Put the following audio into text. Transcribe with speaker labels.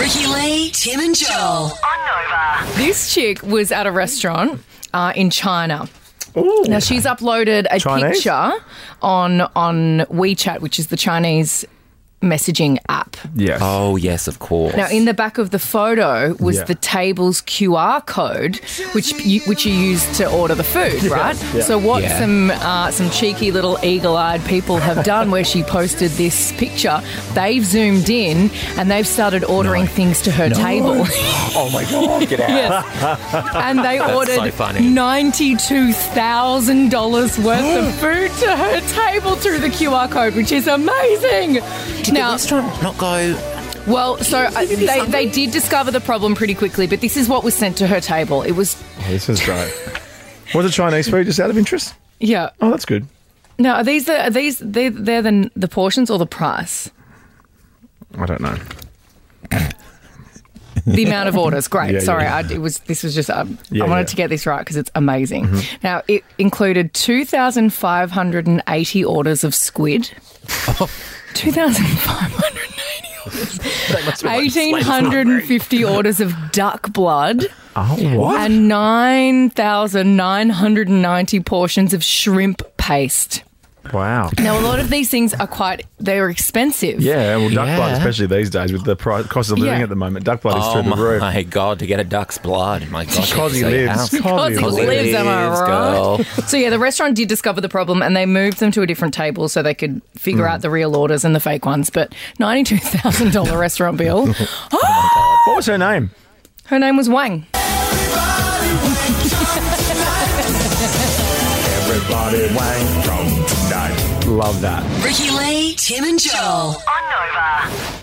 Speaker 1: Abby, Tim, and Joel.
Speaker 2: This chick was at a restaurant uh, in China.
Speaker 3: Ooh.
Speaker 2: Now she's uploaded a
Speaker 3: Chinese?
Speaker 2: picture on on WeChat, which is the Chinese messaging app.
Speaker 3: Yes.
Speaker 4: Oh, yes, of course.
Speaker 2: Now in the back of the photo was
Speaker 3: Yeah.
Speaker 2: the table's QR code, which you, which you use to order the food, right? So what
Speaker 4: Yeah.
Speaker 2: some uh, some cheeky little eagle-eyed people have done, where she posted this picture, they've zoomed in and they've started ordering things to her table.
Speaker 4: oh my God, get out.
Speaker 2: and they
Speaker 4: so
Speaker 2: ordered
Speaker 4: funny.
Speaker 2: ninety-two thousand dollars worth of food to her table through the QR code, which is amazing.
Speaker 4: The
Speaker 2: Now,
Speaker 4: restaurant not go.
Speaker 2: well, so uh, they, they did discover the problem pretty quickly, but this is what was sent to her table. It was
Speaker 3: This is great. Was it Chinese food just out of interest?
Speaker 2: yeah.
Speaker 3: Oh, that's good.
Speaker 2: Now, are these the are these they they're the the portions or the price?
Speaker 3: I don't know.
Speaker 2: The amount of orders. Great.
Speaker 3: Yeah,
Speaker 2: Sorry,
Speaker 3: yeah.
Speaker 2: I, it was this was just um,
Speaker 3: Yeah,
Speaker 2: I wanted
Speaker 3: yeah. Mm-hmm.
Speaker 2: to get this right because it's amazing. Now, it included two thousand five hundred and eighty orders of squid. 2,580 orders. 1,850 orders of duck blood
Speaker 3: Oh, what?
Speaker 2: and 9,990 portions of shrimp paste.
Speaker 3: Wow.
Speaker 2: Now, a lot of these things are quite, they're expensive.
Speaker 3: Yeah, well, duck blood,
Speaker 4: Yeah.
Speaker 3: especially these days with the price, cost of living
Speaker 2: Yeah.
Speaker 3: at the moment, duck blood is
Speaker 4: Oh
Speaker 3: through the roof.
Speaker 4: my God, to get a duck's blood. My God.
Speaker 3: Cosy lives. Cosy
Speaker 2: Cosy
Speaker 3: lives.
Speaker 2: lives, am I
Speaker 4: lives,
Speaker 2: right?
Speaker 4: girl.
Speaker 2: So yeah, the restaurant did discover the problem, and they moved them to a different table so they could figure out the real orders and the fake ones. But ninety-two thousand dollar restaurant bill.
Speaker 3: What was her name?
Speaker 2: Her name was Wang.
Speaker 3: Everybody Wang from tonight. Love that.
Speaker 1: Ricky Lee, Tim, and Joel.
Speaker 5: on Nova.